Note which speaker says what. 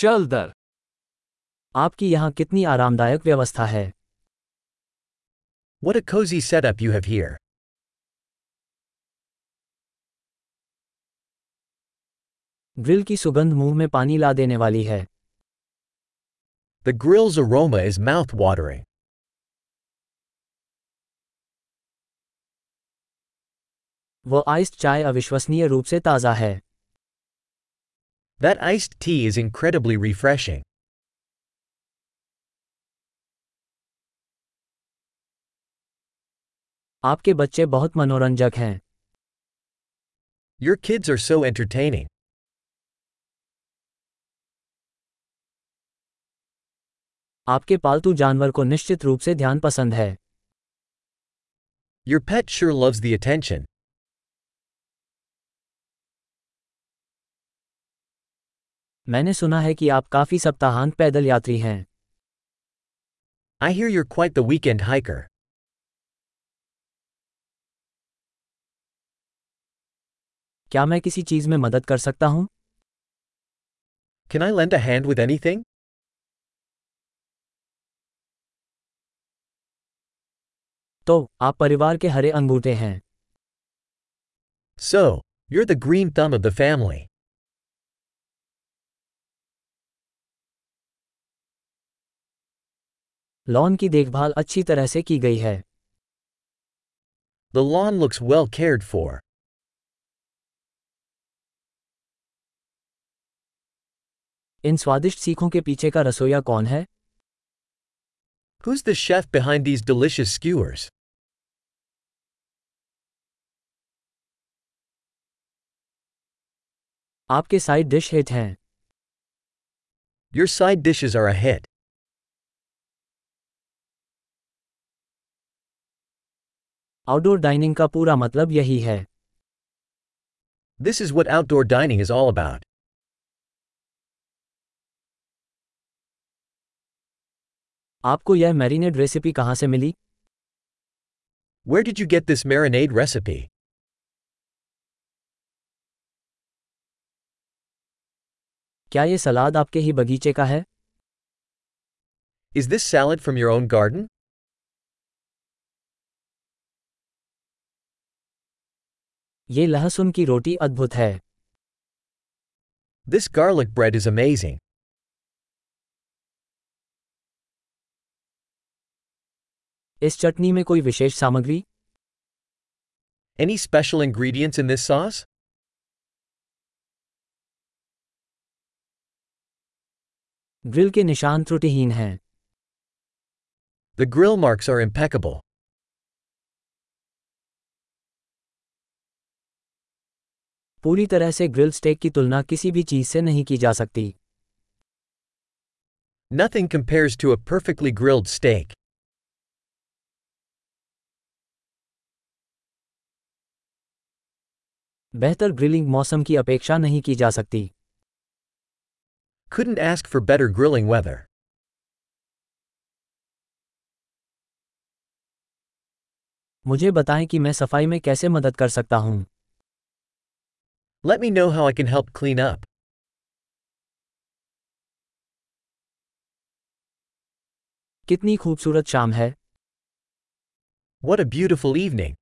Speaker 1: चल दर
Speaker 2: आपकी यहाँ कितनी आरामदायक व्यवस्था है
Speaker 3: What a cozy setup you have here.
Speaker 2: Grill की सुगंध मुंह में पानी ला देने वाली है
Speaker 3: The grill's aroma is mouth-watering.
Speaker 2: वह आइस्ड चाय अविश्वसनीय रूप से ताज़ा है
Speaker 3: That iced tea is incredibly refreshing.
Speaker 2: आपके बच्चे बहुत मनोरंजक हैं
Speaker 3: Your kids are so entertaining.
Speaker 2: आपके पालतू जानवर को निश्चित रूप से ध्यान पसंद है
Speaker 3: Your pet sure loves the attention.
Speaker 2: मैंने सुना है कि आप काफ़ी सप्ताहांत पैदल यात्री हैं
Speaker 3: I hear you're quite the weekend hiker.
Speaker 2: क्या मैं किसी चीज़ में मदद कर सकता हूँ
Speaker 3: Can I lend a hand with anything?
Speaker 2: तो आप परिवार के हरे अंगूठे हैं
Speaker 3: So, you're the green thumb of the family.
Speaker 2: Lawn की देखभाल अच्छी तरह से की गई है
Speaker 3: The lawn looks well cared for.
Speaker 2: इन स्वादिष्ट सीखों के पीछे का रसोईया कौन है
Speaker 3: Who's the chef behind these delicious skewers?
Speaker 2: आपके साइड डिश हिट हैं
Speaker 3: Your side dishes are a hit.
Speaker 2: Outdoor dining का पूरा मतलब यही है
Speaker 3: This is what outdoor dining is all about.
Speaker 2: आपको यह मैरिनेड रेसिपी कहाँ से मिली
Speaker 3: Where did you get this marinade recipe?
Speaker 2: क्या ये सलाद आपके ही बगीचे का है
Speaker 3: Is this salad from your own garden?
Speaker 2: ये लहसुन की रोटी अद्भुत है
Speaker 3: This garlic bread is amazing.
Speaker 2: इस चटनी में कोई विशेष सामग्री
Speaker 3: Any special ingredients in this sauce?
Speaker 2: Grill के निशान त्रुटिहीन हैं
Speaker 3: The grill marks are impeccable.
Speaker 2: पूरी तरह से ग्रिल स्टेक की तुलना किसी भी चीज से नहीं की जा सकती
Speaker 3: Nothing compares to a perfectly grilled steak.
Speaker 2: बेहतर ग्रिलिंग मौसम की अपेक्षा नहीं की जा सकती
Speaker 3: Couldn't ask for better grilling weather.
Speaker 2: मुझे बताएं कि मैं सफाई में कैसे मदद कर सकता हूँ
Speaker 3: Let me know how I can help clean up.
Speaker 2: कितनी खूबसूरत शाम है
Speaker 3: What a beautiful evening!